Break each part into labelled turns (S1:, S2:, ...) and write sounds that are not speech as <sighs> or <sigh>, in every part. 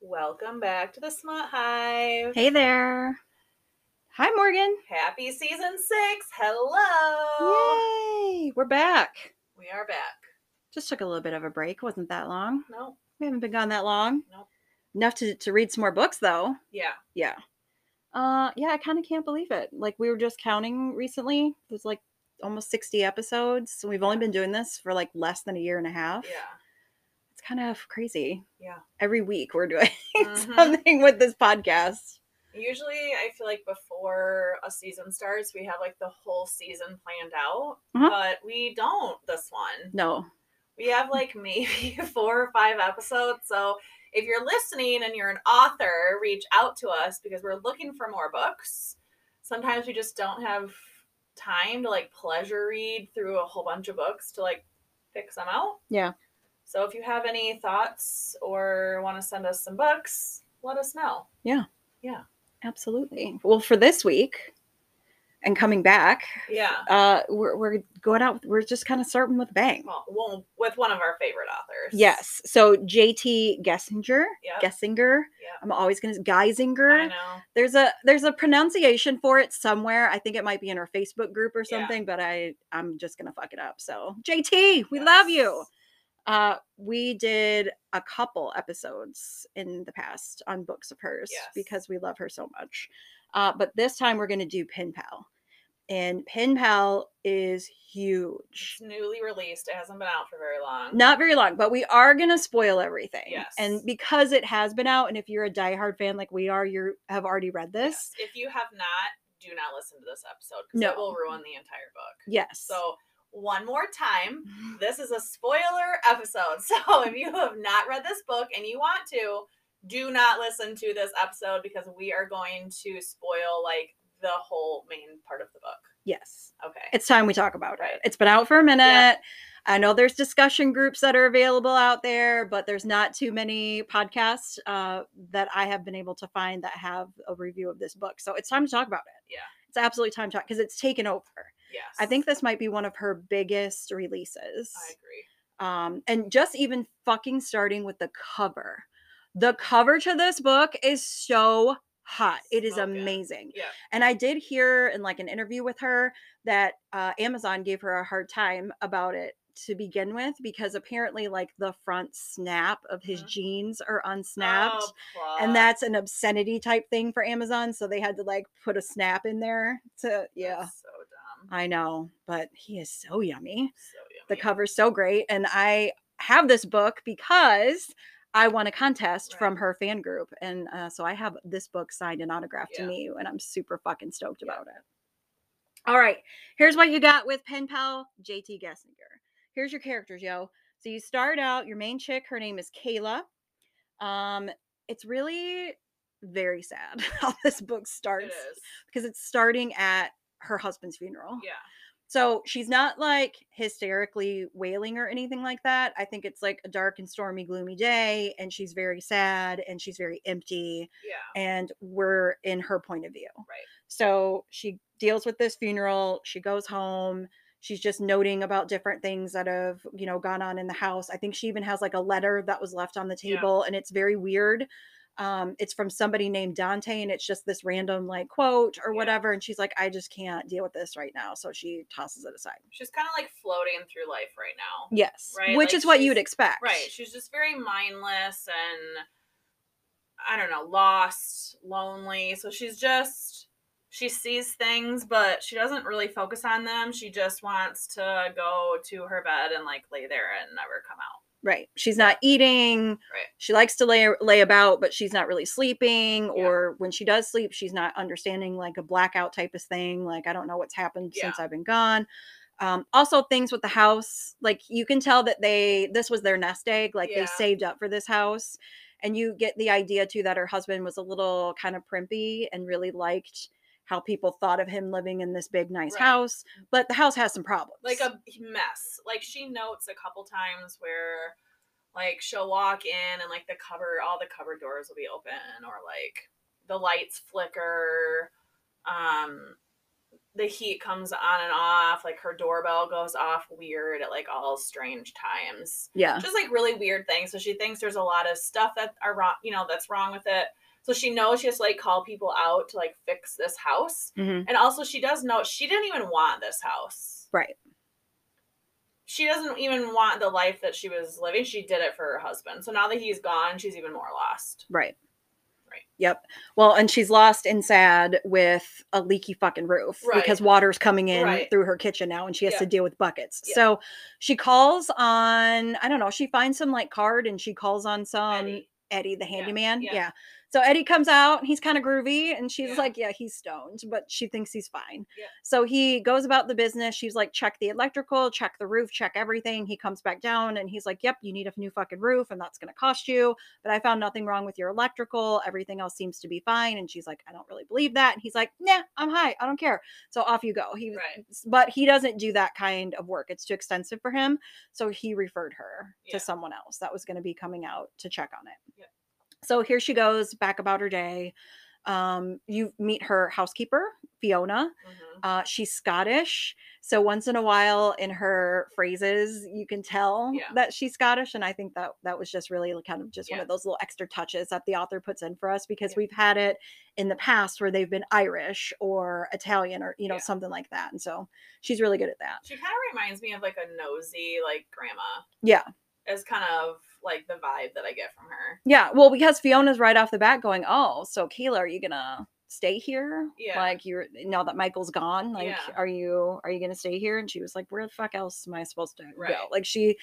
S1: Welcome back to the Smut Hive.
S2: Hey there. Hi, Morgan.
S1: Happy season six. Hello.
S2: Yay. We're back.
S1: We are back.
S2: Just took a little bit of a break. Wasn't that long.
S1: No,
S2: We haven't been gone that long.
S1: Nope.
S2: Enough to, to read some more books, though.
S1: yeah,
S2: Yeah. Uh, yeah, I kind of can't believe it. Like, we were just counting recently. There's like almost 60 episodes. and we've only
S1: Yeah.
S2: been doing this for like less than a year and a half.
S1: yeah,
S2: It's kind of crazy.
S1: yeah.
S2: Every week we're doing <laughs>
S1: Mhm.
S2: something with this podcast.
S1: Usually, I feel like before a season starts, we have like the whole season planned out,
S2: Uh-huh.
S1: but we don't this one.
S2: No.
S1: We have like <laughs> maybe four or five episodes. So if you're listening and you're an author, reach out to us because we're looking for more books. Sometimes we just don't have time to like pleasure read through a whole bunch of books to like pick some out.
S2: Yeah.
S1: So if you have any thoughts or want to send us some books, let us know.
S2: Absolutely. Well, for this week and coming back,
S1: Yeah.
S2: uh, we're, we're going out, we're just kind of starting with a bang.
S1: Well, one- with one of our favorite authors.
S2: Yes. So JT Gessinger,
S1: Yep.
S2: Gessinger.
S1: Yep.
S2: I'm always going to
S1: I
S2: Geisinger.
S1: know.
S2: There's a there's a pronunciation for it somewhere. I think it might be in our Facebook group or
S1: Yeah.
S2: something, but I I'm just going to fuck it up. So JT, we love you.
S1: Yes.
S2: Uh, we did a couple episodes in the past on books of hers
S1: Yes.
S2: because we love her so much. Uh, but this time we're going to do Pin Pal. And Pin Pal is huge.
S1: It's newly released. It hasn't been out for very long.
S2: Not very long, but we are going to spoil everything. And
S1: Yes.
S2: because it has been out, and if you're a diehard fan like we are, you have already read this.
S1: Yes. If you have not, do not listen to this episode because
S2: No.
S1: it will ruin the entire book.
S2: Yes.
S1: So, one more time,
S2: <laughs>
S1: this is a spoiler episode. <laughs> So, if you have not read this book and you want to, do not listen to this episode because we are going to spoil like the whole main part of the book.
S2: yes.
S1: Okay.
S2: It's time we talk about
S1: Right.
S2: it. It's been out for a minute.
S1: Yeah.
S2: I know there's discussion groups that are available out there, but there's not too many podcasts uh, that I have been able to find that have a review of this book. So it's time to talk about it.
S1: Yeah.
S2: It's absolutely time to talk because it's taken over.
S1: Yes.
S2: I think this might be one of her biggest releases.
S1: I agree.
S2: um, and just even fucking starting with the cover. The cover to this book is so hot. It is
S1: So good.
S2: amazing.
S1: Yeah.
S2: And I did hear in like an interview with her that uh, Amazon gave her a hard time about it to begin with because apparently like the front snap of his
S1: Mhm.
S2: jeans are unsnapped.
S1: Oh,
S2: And
S1: plot.
S2: that's an obscenity type thing for Amazon. So they had to like put a snap in there to, yeah,
S1: That's so dumb.
S2: I know. But he is so yummy
S1: So
S2: the
S1: yummy.
S2: cover's so great and i have this book because i won a contest
S1: Right.
S2: from her fan group and uh, so i have this book signed and autographed
S1: Yeah.
S2: to me and i'm super fucking stoked
S1: Yeah.
S2: about it all right here's what you got with pen pal jt gessinger here's your characters yo so you start out your main chick her name is kayla um it's really very sad <laughs> how this book
S1: It
S2: starts
S1: is.
S2: because it's starting at her husband's funeral
S1: Yeah.
S2: so she's not like hysterically wailing or anything like that. I think it's like a dark and stormy, gloomy day, and she's very sad and she's very empty,
S1: Yeah.
S2: and we're in her point of view.
S1: Right.
S2: So she deals with this funeral, she goes home. She's just noting about different things that have, you know, gone on in the house. I think she even has like a letter that was left on the
S1: Yeah.
S2: table and it's very weird. Um, it's from somebody named Dante and it's just this random like quote or
S1: Yeah.
S2: whatever. And she's like, I just can't deal with this right now. So she tosses it aside.
S1: She's kind of like floating through life right now.
S2: Yes.
S1: Right,
S2: Which
S1: like
S2: is what you'd
S1: she's-
S2: expect.
S1: Right. She's just very mindless and I don't know, lost, lonely. So she's just she sees things but she doesn't really focus on them. She just wants to go to her bed and like lay there and never come out.
S2: Right. She's not eating.
S1: Right.
S2: She likes to lay lay about, but she's not really sleeping. Or when she does sleep, she's not understanding like a blackout type of thing. Like I don't know what's happened since I've been gone. Um, also, things with the house, like you can tell that they this was their nest egg. Like
S1: Yeah.
S2: they saved up for this house, and you get the idea too that her husband was a little kind of primpy and really liked how people thought of him living in this big nice
S1: Right.
S2: house. But the house has some problems.
S1: like a mess. Like she notes a couple times where like she'll walk in and like the cover all the cupboard doors will be open or like the lights flicker. Um the heat comes on and off, like her doorbell goes off weird at like all strange times.
S2: Yeah.
S1: Just like really weird things. So she thinks there's a lot of stuff that are wrong, you know, that's wrong with it. So she knows she has to like call people out to like fix this house.
S2: Mhm.
S1: And also she does know she didn't even want this house.
S2: Right.
S1: She doesn't even want the life that she was living. She did it for her husband. So now that he's gone, she's even more lost.
S2: Right.
S1: Right.
S2: Yep. Well, and she's lost and sad with a leaky fucking roof
S1: Right.
S2: because water's coming in
S1: Right.
S2: through her kitchen now and she has
S1: Yeah.
S2: to deal with buckets.
S1: Yeah.
S2: So she calls on, I don't know, she finds some like card and she calls on some Eddie,
S1: Eddie.
S2: the handyman.
S1: yeah.
S2: yeah. So Eddie comes out and he's kind of groovy and she's
S1: Yeah.
S2: like, yeah, he's stoned, but she thinks he's fine.
S1: Yeah.
S2: So he goes about the business. She's like, check the electrical, check the roof, check everything. He comes back down and he's like, yep, you need a new fucking roof and that's going to cost you. But I found nothing wrong with your electrical. Everything else seems to be fine. And she's like, I don't really believe that. And he's like, nah, I'm high. I don't care. So off you go. He was
S1: Right.
S2: s- but he doesn't do that kind of work. It's too extensive for him. So he referred her
S1: Yeah.
S2: to someone else that was going to be coming out to check on it.
S1: Yep.
S2: So here she goes back about her day. Um, you meet her housekeeper, Fiona.
S1: hmm
S2: Uh, she's Scottish. So once in a while in her phrases, you can tell
S1: Yeah.
S2: that she's Scottish. And I think that that was just really kind of just one
S1: Yeah.
S2: of those little extra touches that the author puts in for us because
S1: Yeah.
S2: we've had it in the past where they've been Irish or Italian or, you know,
S1: Yeah.
S2: something like that. And so she's really good at that.
S1: She kind of reminds me of like a nosy like grandma.
S2: Yeah.
S1: Is kind of like the vibe that I get from her.
S2: Yeah. Well, because Fiona's right off the bat going, oh, so Kayla, are you going to? stay here
S1: Yeah.
S2: like you're now that michael's gone like
S1: Yeah.
S2: are you are you gonna stay here and she was like where the fuck else am i supposed to
S1: Right.
S2: go like she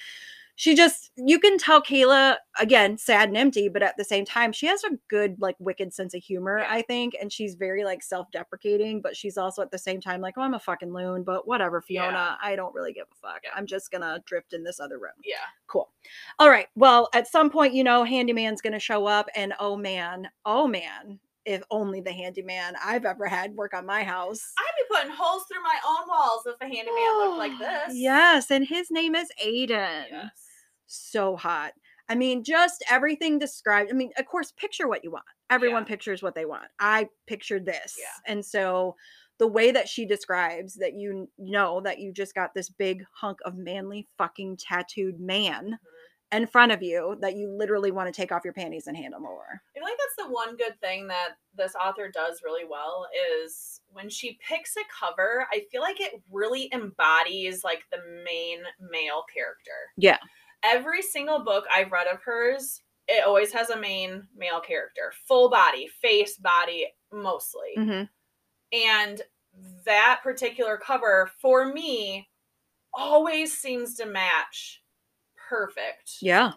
S2: she just you can tell Kayla again sad and empty, but at the same time she has a good like wicked sense of humor,
S1: Yeah.
S2: I think, and she's very like self-deprecating, but she's also at the same time like, oh, I'm a fucking loon, but whatever,
S1: Yeah.
S2: Fiona, I don't really give a fuck.
S1: Yeah.
S2: I'm just gonna drift in this other room.
S1: Yeah.
S2: Cool. All right. Well, at some point, you know, handyman's gonna show up, and oh man, oh man, if only the handyman I've ever had work on my house.
S1: I'd be putting holes through my own walls if a handyman looked
S2: <gasps>
S1: like this.
S2: Yes, and his name is Aiden.
S1: Yes.
S2: so hot. I mean, just everything described. I mean, of course, picture what you want. Everyone
S1: Yeah.
S2: pictures what they want. I pictured this. And so the way that she describes that you n- know that you just got this big hunk of manly fucking tattooed man
S1: Mm-hmm.
S2: in front of you that you literally want to take off your panties and hand him over.
S1: I feel like that's the one good thing that this author does really well is when she picks a cover, I feel like it really embodies like the main male character.
S2: Yeah.
S1: Every single book I've read of hers, it always has a main male character. Full body, face, body mostly.
S2: Mhm.
S1: And that particular cover for me always seems to match perfect
S2: Yeah.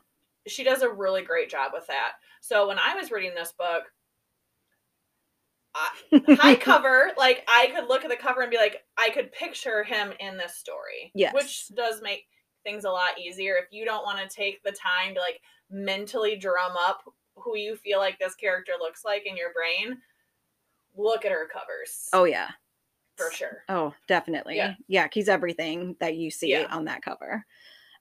S1: she does a really great job with that. So when I was reading this book, I,
S2: <laughs>
S1: high cover, like I could look at the cover and be like, I could picture him in this story.
S2: Yes.
S1: Which does make things a lot easier if you don't want to take the time to like mentally drum up who you feel like this character looks like in your brain. Look at her covers.
S2: Oh, yeah.
S1: for sure.
S2: Oh, definitely. Yeah. he's everything that you see
S1: Yeah.
S2: on that cover.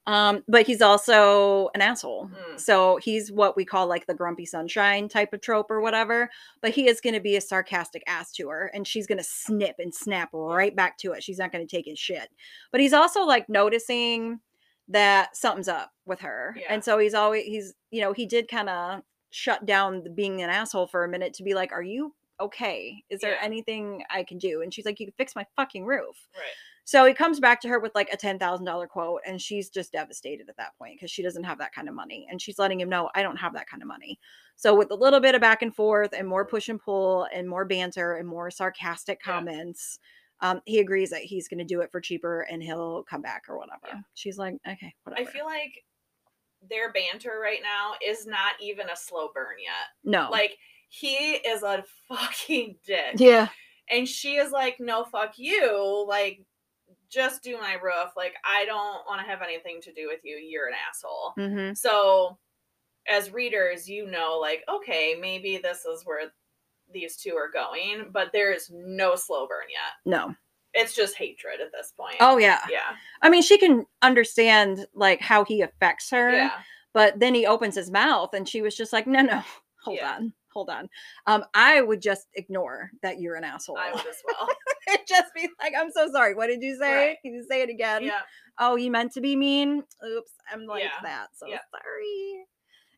S2: Um, but he's also an asshole.
S1: Mm.
S2: So he's what we call like the grumpy sunshine type of trope or whatever. But he is going to be a sarcastic ass to her and she's going to snip and snap right back to it. She's not going to take his shit. But he's also like noticing that something's up with her.
S1: Yeah.
S2: And so he's always, he's, you know, he did kind of shut down the being an asshole for a minute to be like, are you okay? Is there
S1: Yeah.
S2: anything I can do? And she's like, you can fix my fucking roof.
S1: Right.
S2: So he comes back to her with like a $10,000 quote, and she's just devastated at that point because she doesn't have that kind of money. And she's letting him know, I don't have that kind of money. So, with a little bit of back and forth and more push and pull and more banter and more sarcastic
S1: Yeah.
S2: comments, um, he agrees that he's going to do it for cheaper and he'll come back or whatever.
S1: Yeah.
S2: She's like, okay,
S1: I
S2: whatever.
S1: feel like their banter right now is not even a slow burn yet.
S2: no.
S1: Like he is a fucking dick. <laughs>
S2: yeah.
S1: And she is like, no, fuck you. Like, just do my roof. Like, I don't want to have anything to do with you. You're an asshole.
S2: hmm
S1: So, as readers, you know, like, okay, maybe this is where these two are going, but there is no slow burn yet.
S2: No.
S1: It's just hatred at this point.
S2: Oh, yeah. <laughs>
S1: yeah.
S2: I mean, she can understand like how he affects her.
S1: Yeah.
S2: But then he opens his mouth and she was just like, no, no, <laughs> hold
S1: Yeah.
S2: on, hold on. Um, I would just ignore that you're an asshole. <laughs>
S1: I would as well.
S2: and just be like, I'm so sorry. What did you say?
S1: Right.
S2: Can you say it again?
S1: yeah.
S2: Oh, you meant to be mean? Oops, I'm like
S1: Yeah.
S2: that. So
S1: Yeah.
S2: sorry.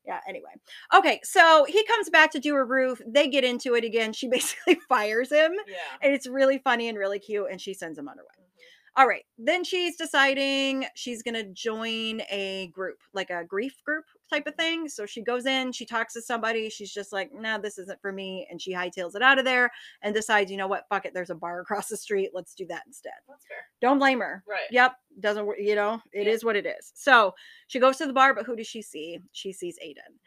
S2: Yeah, anyway. Okay, so he comes back to do a roof. They get into it again. She <laughs> basically fires him.
S1: Yeah.
S2: And it's really funny and really cute. And she sends him on her way.
S1: Mhm.
S2: All right. Then she's deciding she's going to join a group, like a grief group type of thing. So she goes in, she talks to somebody. She's just like, no, this isn't for me. And she hightails it out of there and decides, you know what? Fuck it. There's a bar <laughs> across the street. Let's do that instead.
S1: That's fair.
S2: Don't blame her.
S1: Right.
S2: Yep. Doesn't, wor- you know, it is
S1: Yeah.
S2: what it is. So she goes to the bar, but who does she see? She sees Aiden.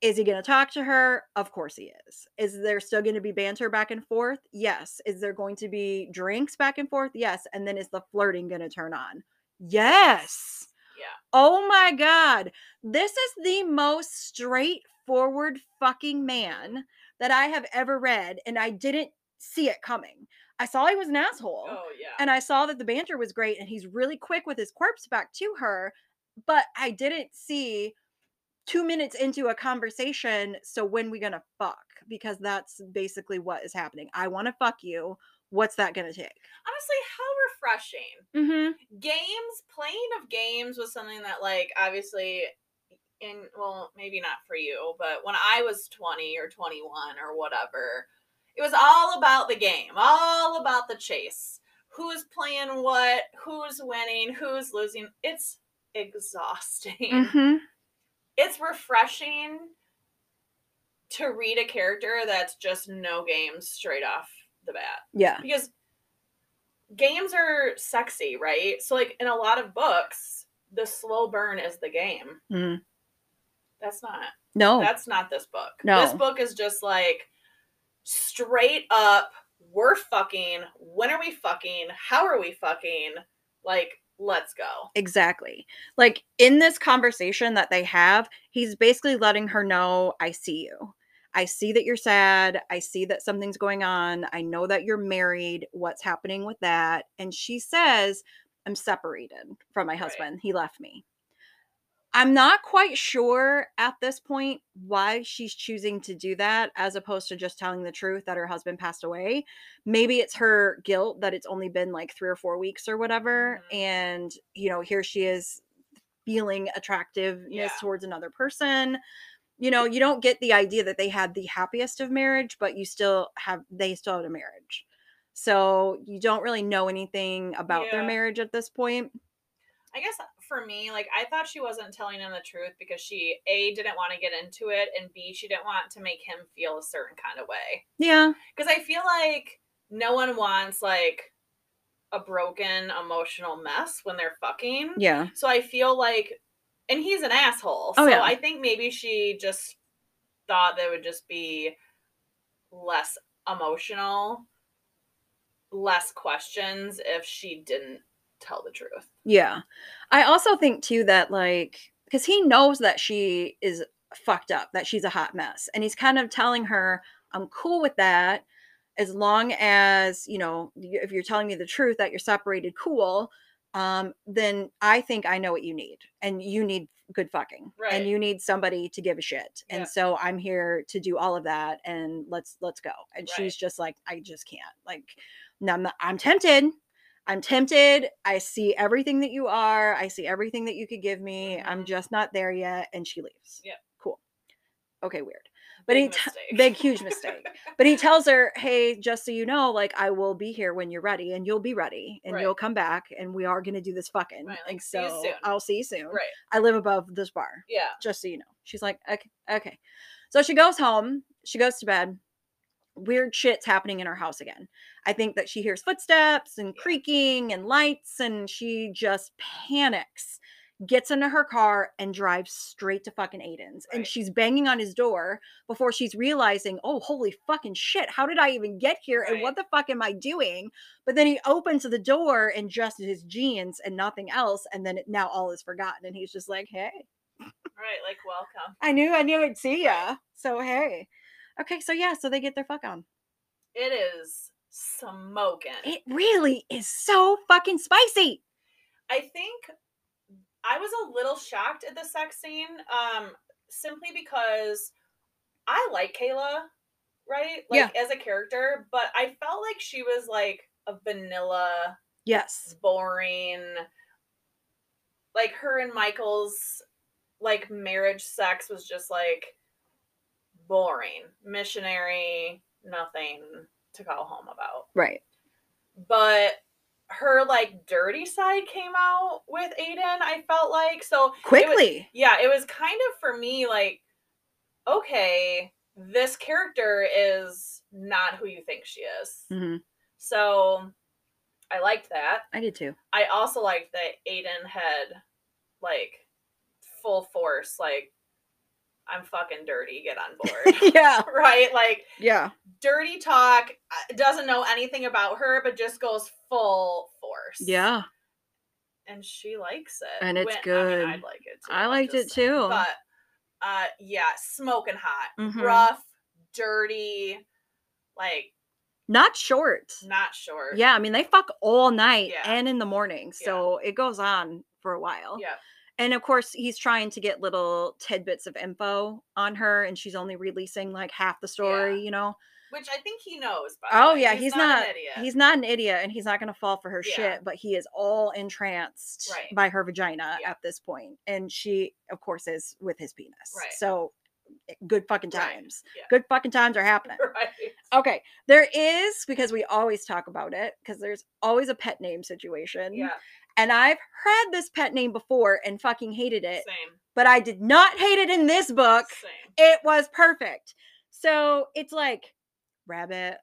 S2: Is he going to talk to her? Of course he is. Is there still going to be banter back and forth? Yes. Is there going to be drinks back and forth? Yes. And then is the flirting going to turn on? Yes.
S1: Yeah.
S2: Oh my God. This is the most straightforward fucking man that I have ever read. And I didn't see it coming. I saw he was an asshole.
S1: Oh yeah.
S2: And I saw that the banter was great and he's really quick with his corpse back to her, but I didn't see two minutes into a conversation. So when we gonna fuck? Because that's basically what is happening. I wanna fuck you. What's that gonna take?
S1: Honestly, how refreshing.
S2: Mm-hmm.
S1: games playing of games was something that like obviously in well maybe not for you but when i was 20 or 21 or whatever it was all about the game all about the chase who's playing what who's winning who's losing it's exhausting
S2: Mm-hmm.
S1: it's refreshing to read a character that's just no games straight off the bat
S2: Yeah.
S1: because games are sexy, right? So like in a lot of books, the slow burn is the game.
S2: Mhm.
S1: That's not.
S2: No.
S1: That's not this book.
S2: Oh. No.
S1: This book is just like straight up we're fucking, when are we fucking? How are we fucking? Like let's go.
S2: Exactly. Like in this conversation that they have, he's basically letting her know, I see you. I see that you're sad. I see that something's going on. I know that you're married. What's happening with that? And she says, I'm separated from my
S1: Right.
S2: husband. He left me. I'm not quite sure at this point why she's choosing to do that as opposed to just telling the truth that her husband passed away maybe it's her guilt that it's only been like three or four weeks or whatever
S1: Mhm.
S2: and you know here she is feeling attractiveness
S1: Yeah.
S2: towards another person you know you don't get the idea that they had the happiest of marriage but you still have they still had a marriage so you don't really know anything about their
S1: Yeah.
S2: marriage at this point
S1: I guess for me, like I thought she wasn't telling him the truth because she a didn't want to get into it and b she didn't want to make him feel a certain kind of way.
S2: yeah
S1: because I feel like no one wants like a broken emotional mess when they're fucking.
S2: yeah
S1: So I feel like, and he's an asshole.
S2: Oh,
S1: so
S2: yeah.
S1: I think maybe she just thought that it would just be less emotional, less questions if she didn't tell the truth.
S2: Yeah. I also think too that like cuz he knows that she is fucked up, that she's a hot mess. And he's kind of telling her, "I'm cool with that as long as, you know, y- if you're telling me the truth that you're separated, cool." Um, then I think I know what you need, and you need good fucking,
S1: Right.
S2: and you need somebody to give a shit,
S1: Yeah.
S2: and so I'm here to do all of that, and let's let's go. And
S1: Right.
S2: she's just like, I just can't. Like, no, I'm, not, I'm tempted, I'm tempted. I see everything that you are. I see everything that you could give me. I'm
S1: Mhm.
S2: just not there yet. And she leaves.
S1: Yep.
S2: Cool. Okay, weird. But he
S1: Big
S2: t-
S1: mistake.
S2: big huge
S1: <laughs>
S2: mistake. but he tells her, "Hey, just so you know, like I will be here when you're ready, and you'll be ready, and
S1: Right.
S2: you'll come back, and we are gonna do this fucking."
S1: Right,
S2: and
S1: like, "See you
S2: so
S1: soon."
S2: I'll see you soon.
S1: Right.
S2: I live above this bar,
S1: Yeah.
S2: just so you know. She's like, "Okay, okay." So she goes home. She goes to bed. Weird shit's happening in her house again. I think that she hears footsteps and
S1: Yeah.
S2: creaking and lights, and she just panics, gets into her car, and drives straight to fucking Aiden's. And
S1: Right.
S2: she's banging on his door before she's realizing, oh, holy fucking shit, how did I even get here? And
S1: Right.
S2: what the fuck am I doing? But then he opens the door and just his jeans and nothing else. And then it, now all is forgotten. And he's just like, hey,
S1: Right. Like, welcome.
S2: I knew, I knew I'd see
S1: Right.
S2: ya. So, hey. Okay, so yeah, so they get their fuck on.
S1: It is smoking.
S2: It really is so fucking spicy.
S1: I think I was a little shocked at the sex scene, um, simply because I like Kayla, right? Like as a character, but I felt like she was like a vanilla,
S2: Yes.
S1: boring, like her and Michael's like marriage sex was just like boring, missionary, nothing to call home about.
S2: Right.
S1: But her like dirty side came out with Aiden, I felt like. So
S2: Quickly.
S1: yeah, it was kind of for me like, okay, this character is not who you think she is.
S2: hmm
S1: So I liked that.
S2: I did too.
S1: I also liked that Aiden had like full force, like, I'm fucking dirty, get on
S2: <laughs>
S1: board. <laughs>
S2: yeah.
S1: right? Like,
S2: Yeah.
S1: dirty talk, uh, doesn't know anything about her, but just goes full force.
S2: Yeah.
S1: and she likes it.
S2: And it's
S1: When-
S2: good.
S1: I mean, I'd like it too.
S2: I
S1: I'm
S2: liked
S1: just
S2: it
S1: saying.
S2: too.
S1: But uh, yeah, smoking hot,
S2: Mhm.
S1: rough, dirty, like
S2: Not short.
S1: not short.
S2: Yeah. I mean, they fuck all night
S1: Yeah.
S2: and in the morning.
S1: Yeah.
S2: So it goes on for a while.
S1: yeah,
S2: And of course, he's trying to get little tidbits of info on her, and she's only releasing like half the story, you know?
S1: which I think he knows. By the
S2: Oh,
S1: way.
S2: yeah. He's, not,
S1: an idiot.
S2: he's not an idiot and he's not going to fall for her
S1: Yeah.
S2: shit, but he is all entranced
S1: Right.
S2: by her vagina
S1: Yeah.
S2: at this point, And she, of course, is with his penis.
S1: Right.
S2: So eh, good fucking
S1: Right.
S2: times.
S1: Yeah.
S2: Good fucking times
S1: <laughs>
S2: are happening.
S1: <laughs>
S2: <laughs>
S1: right.
S2: Okay. There is, because we always talk about it, because there's always a pet name situation.
S1: Yeah,
S2: And I've had this pet name before and fucking hated it
S1: same,
S2: but I did not hate it in this book.
S1: same.
S2: It was perfect. So it's like rabbit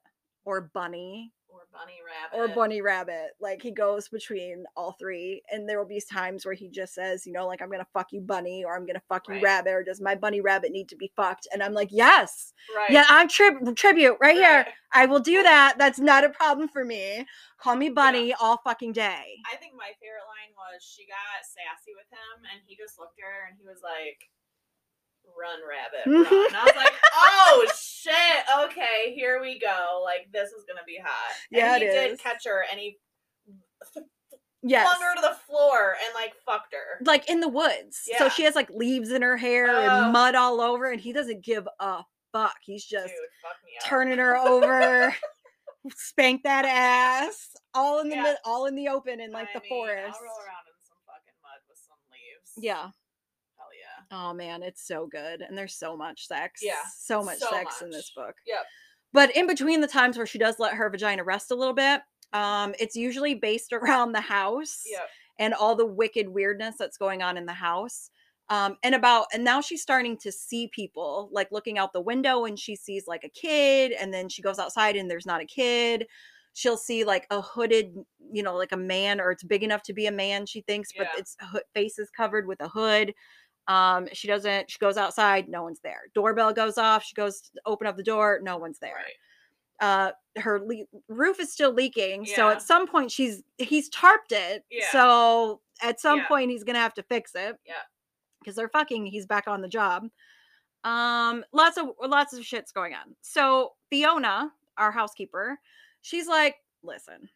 S2: or bunny
S1: Or bunny rabbit.
S2: or bunny rabbit. Like he goes between all three, and there will be times where he just says, you know, like I'm gonna fuck you, bunny, or I'm gonna fuck you,
S1: Right.
S2: rabbit, or does my bunny rabbit need to be fucked? And I'm like, yes,
S1: Right.
S2: yeah, I'm trib- tribute right here.
S1: right.
S2: I will do that. That's not a problem for me. Call me bunny all fucking day.
S1: I think my favorite line was she got sassy with him, and he just looked at her and he was like, "Run, rabbit, run!" and I was
S2: <laughs>
S1: like, "Oh shit, okay, here we go. Like this is gonna be hot." And
S2: Yeah,
S1: he
S2: it
S1: did
S2: is.
S1: catch her, and he
S2: Yes.
S1: flung her to the floor and like fucked her.
S2: like in the woods. So
S1: Yeah. Oh.
S2: she has like leaves in her hair
S1: Ugh.
S2: and mud all over, and he doesn't give a fuck. He's just
S1: Dude, fuck me up.
S2: turning her over, spank that ass, all in the
S1: Yeah.
S2: mid- all in the open in like
S1: I
S2: the
S1: mean,
S2: forest.
S1: I'll roll around in some fucking mud with some leaves.
S2: Yeah.
S1: hell yeah.
S2: Oh man, it's so good, and there's so much sex.
S1: Yeah,
S2: So much
S1: so
S2: sex in this
S1: much.
S2: book.
S1: Yep.
S2: But in between the times where she does let her vagina rest a little bit, um, it's usually based <laughs> around the house.
S1: Yep.
S2: and all the wicked weirdness that's going on in the house. Um, and about and now she's starting to see people like looking out the window and she sees like a kid and then she goes outside and there's not a kid she'll see like a hooded you know like a man or it's big enough to be a man she thinks but
S1: Yeah.
S2: its ho- face is covered with a hood um she doesn't she goes outside no one's there doorbell goes off she goes to open up the door no one's there
S1: Right.
S2: uh her le- roof is still leaking so
S1: Yeah.
S2: at some point she's he's tarped it
S1: Yeah.
S2: so at some
S1: Yeah.
S2: point he's gonna have to fix it
S1: Yeah.
S2: because they're fucking he's back on the job um lots of lots of shit's going on so fiona our housekeeper she's like listen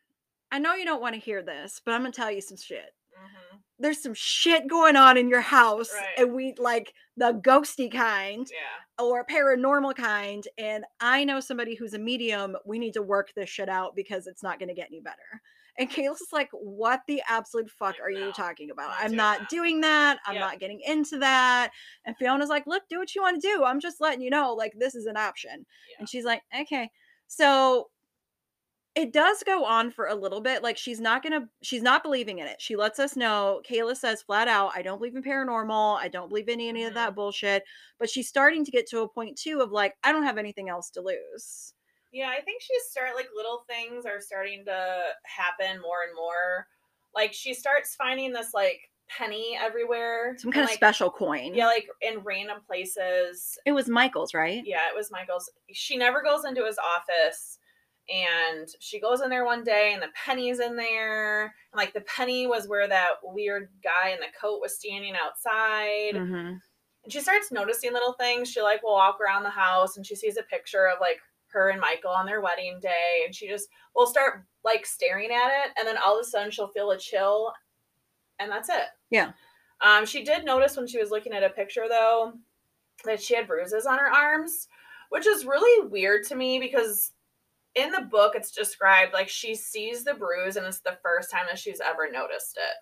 S2: i know you don't want to hear this but i'm gonna tell you some shit
S1: hmm
S2: there's some shit going on in your house
S1: Right.
S2: and we like the ghosty kind
S1: Yeah.
S2: or paranormal kind and i know somebody who's a medium we need to work this shit out because it's not going to get any better and Kayla's just like what the absolute fuck
S1: Like,
S2: are you
S1: no,
S2: talking about
S1: not
S2: i'm
S1: doing
S2: not
S1: that."
S2: doing that i'm
S1: Yep.
S2: not getting into that and fiona's like look do what you want to do i'm just letting you know like this is an option
S1: Yeah.
S2: and she's like okay so it does go on for a little bit like she's not gonna she's not believing in it she lets us know kayla says flat out i don't believe in paranormal i don't believe in any of
S1: Mhm.
S2: that bullshit but she's starting to get to a point too of like i don't have anything else to lose
S1: Yeah, I think she's start like little things are starting to happen more and more. Like she starts finding this like penny everywhere.
S2: some
S1: and,
S2: kind of
S1: like,
S2: special coin
S1: Yeah, like in random places.
S2: it was michael's right
S1: Yeah, it was Michael's. She never goes into his office. And she goes in there one day and the penny's in there. And like the penny was where that weird guy in the coat was standing outside.
S2: Mhm.
S1: And she starts noticing little things. She like will walk around the house and she sees a picture of like her and Michael on their wedding day and she just will start like staring at it and then all of a sudden she'll feel a chill and that's it.
S2: Yeah.
S1: Um she did notice when she was looking at a picture though that she had bruises on her arms, which is really weird to me because in the book it's described like she sees the bruise and it's the first time that she's ever noticed it.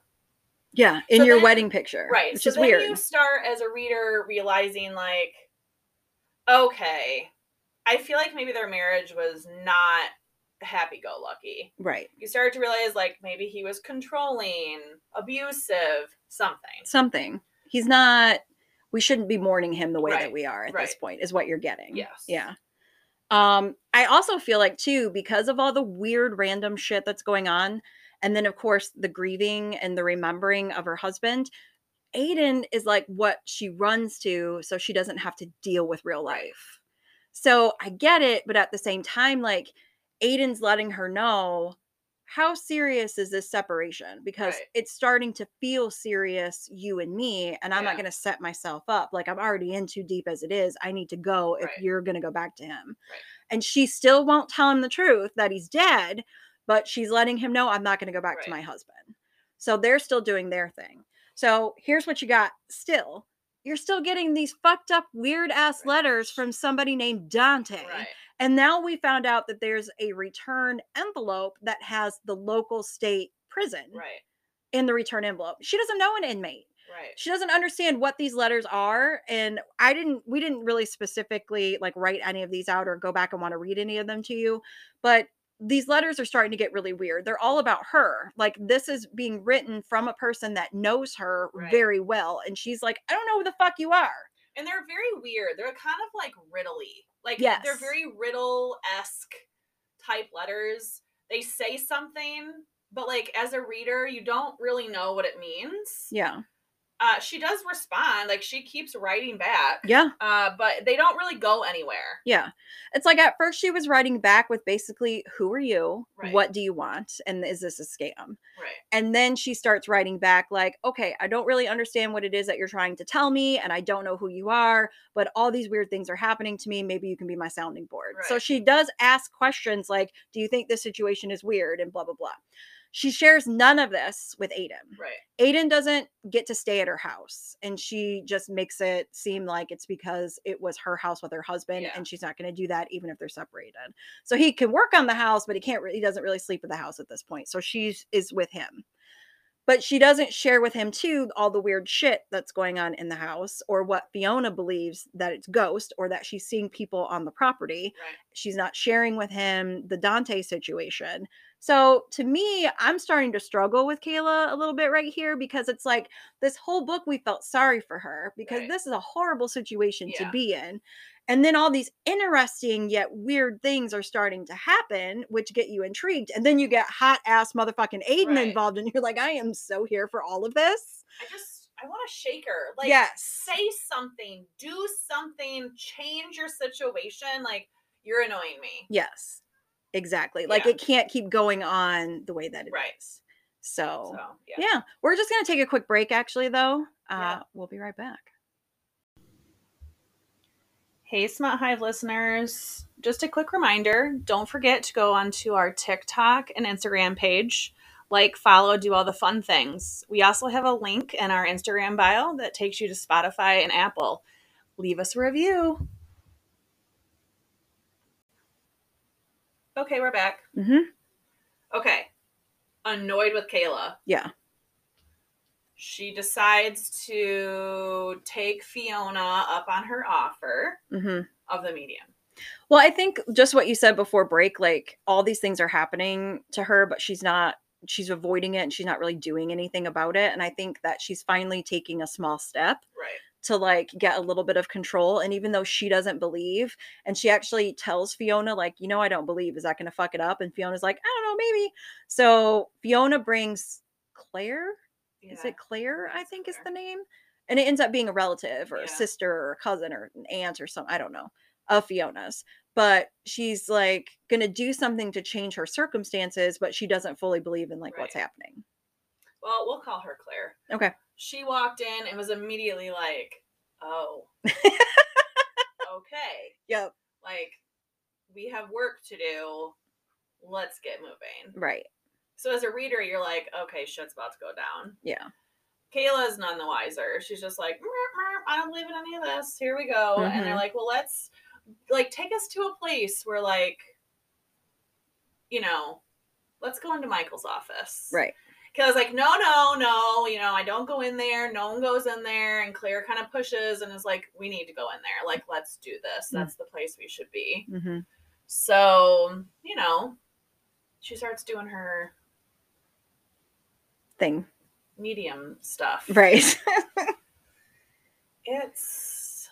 S2: Yeah, in
S1: So
S2: your
S1: then-
S2: wedding picture.
S1: Right.
S2: Which
S1: so
S2: is
S1: then
S2: weird.
S1: you start as a reader realizing like okay, I feel like maybe their marriage was not happy go lucky.
S2: Right.
S1: You start to realize like maybe he was controlling, abusive, something.
S2: Something. He's not we shouldn't be mourning him the way that
S1: Right,
S2: we are at this
S1: right.
S2: point is what you're getting.
S1: Yes.
S2: Yeah. Um I also feel like too because of all the weird random shit that's going on and then of course the grieving and the remembering of her husband Aiden is like what she runs to so she doesn't have to deal with real life. So I get it, but at the same time, like Aiden's letting her know how serious is this separation because
S1: Right.
S2: it's starting to feel serious, you and me, and I'm not
S1: Yeah.
S2: going to set myself up. Like I'm already in too deep as it is. I need to go if
S1: Right.
S2: you're going to go back to him.
S1: Right.
S2: And she still won't tell him the truth that he's dead, but she's letting him know I'm not going to go back to
S1: Right.
S2: my husband. So they're still doing their thing. So here's what you got still. You're still getting these fucked up, weird ass
S1: Right.
S2: letters from somebody named Dante.
S1: Right.
S2: And now we found out that there's a return envelope that has the local state prison
S1: Right.
S2: in the return envelope. She doesn't know an inmate.
S1: Right.
S2: She doesn't understand what these letters are. And I didn't, we didn't really specifically like write any of these out or go back and want to read any of them to you. But these letters are starting to get really weird. They're all about her. Like this is being written from a person that knows her
S1: Right.
S2: very well. And she's like, I don't know who the fuck you are.
S1: and they're very weird. They're kind of like riddly. Like they're
S2: Yes.
S1: very riddle esque type letters. They say something, but like as a reader, you don't really know what it means.
S2: Yeah.
S1: Uh, she does respond. Like she keeps writing back.
S2: Yeah.
S1: Uh, but they don't really go anywhere.
S2: Yeah. It's like at first she was writing back with basically, who are you?
S1: Right.
S2: What do you want? And is this a scam?
S1: Right.
S2: And then she starts writing back, like, okay, I don't really understand what it is that you're trying to tell me. And I don't know who you are, but all these weird things are happening to me. Maybe you can be my sounding board. So
S1: Right.
S2: she does ask questions like, do you think this situation is weird? And blah, blah, blah. She shares none of this with Aiden.
S1: Right.
S2: Aiden doesn't get to stay at her house, and she just makes it seem like it's because it was her house with her husband,
S1: Yeah.
S2: and she's not going to do that even if they're separated. So he can work on the house, but he can't. Re- he doesn't really sleep at the house at this point. So she is with him, but she doesn't share with him too all the weird shit that's going on in the house, or what Fiona believes that it's ghost, or that she's seeing people on the property.
S1: Right.
S2: She's not sharing with him the Dante situation. So to me, I'm starting to struggle with Kayla a little bit right here because it's like this whole book we felt sorry for her because
S1: Right.
S2: this is a horrible situation
S1: Yeah.
S2: to be in. And then all these interesting yet weird things are starting to happen, which get you intrigued. And then you get hot ass motherfucking Aiden
S1: Right.
S2: involved, and you're like, I am so here for all of this.
S1: I just I want to shake her. Like
S2: Yes.
S1: say something, do something, change your situation. Like you're annoying me.
S2: Yes, exactly. Like
S1: Yeah.
S2: it can't keep going on the way that it is.
S1: Right.
S2: So,
S1: So yeah.
S2: yeah. we're just going to take a quick break, actually, though. Uh,
S1: Yeah.
S2: We'll be right back.
S1: Hey, Smut Hive listeners. Just a quick reminder don't forget to go onto our TikTok and Instagram page. Like, follow, do all the fun things. We also have a link in our Instagram bio that takes you to Spotify and Apple. Leave us a review. Okay, we're back.
S2: hmm
S1: Okay. Annoyed with Kayla.
S2: Yeah.
S1: She decides to take Fiona up on her offer
S2: hmm
S1: of the medium.
S2: Well, I think just what you said before break, like all these things are happening to her, but she's not, she's avoiding it and she's not really doing anything about it. And I think that she's finally taking a small step
S1: Right.
S2: to like get a little bit of control. And even though she doesn't believe, and she actually tells Fiona, like, you know, I don't believe. Is that going to fuck it up? And Fiona's like, I don't know, maybe. So Fiona brings Claire. Is
S1: Yeah.
S2: it Claire? I
S1: it's
S2: think is
S1: Claire.
S2: the name. And it ends up being a relative or
S1: Yeah.
S2: a sister or a cousin or an aunt or some I don't know, of Fiona's. But she's like going to do something to change her circumstances, but she doesn't fully believe in like what's
S1: Right.
S2: happening.
S1: Well, we'll call her Claire.
S2: Okay.
S1: She walked in and was immediately like,
S2: <laughs>
S1: oh, okay.
S2: Yep.
S1: Like, we have work to do. Let's get moving.
S2: Right.
S1: So, as a reader, you're like, okay, shit's about to go down.
S2: Yeah.
S1: Kayla's none the wiser. She's just like, "Meow, meow, I don't believe in any of this. Here
S2: Mm-hmm.
S1: we go. And they're like, well, let's, like, take us to a place where, like, you know, let's go into Michael's office.
S2: Right.
S1: Because like, no, no, no, you know, I don't go in there. No one goes in there. And Claire kind of pushes and is like, we need to go in there. Like, let's do this.
S2: Mm.
S1: That's the place we should be.
S2: Mm-hmm.
S1: So, you know, she starts doing her
S2: Thing.
S1: medium stuff.
S2: Right. <laughs>
S1: It's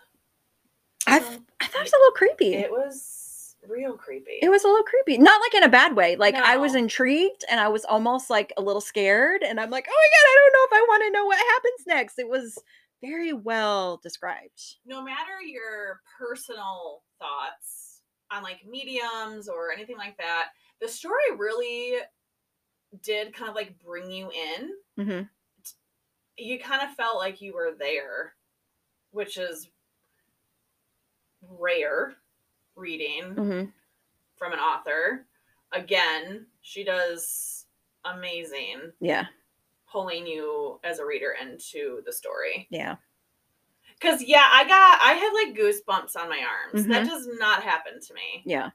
S2: I, f-
S1: um,
S2: I thought it was a little creepy.
S1: it was real creepy.
S2: It was a little creepy. Not like in a bad way. Like I was
S1: No.
S2: intrigued and I was almost like a little scared. And I'm like, oh my God, I don't know if I want to know what happens next. It was very well described.
S1: no matter your personal thoughts on like mediums or anything like that, the story really did kind of like bring you in.
S2: Mhm.
S1: You kind of felt like you were there, which is rare reading
S2: Mhm.
S1: from an author. Again, she does amazing
S2: Yeah.
S1: pulling you as a reader into the story.
S2: Yeah.
S1: Cause yeah, I got I had like goosebumps on my arms. That
S2: Mhm.
S1: does not happen to me.
S2: Yeah.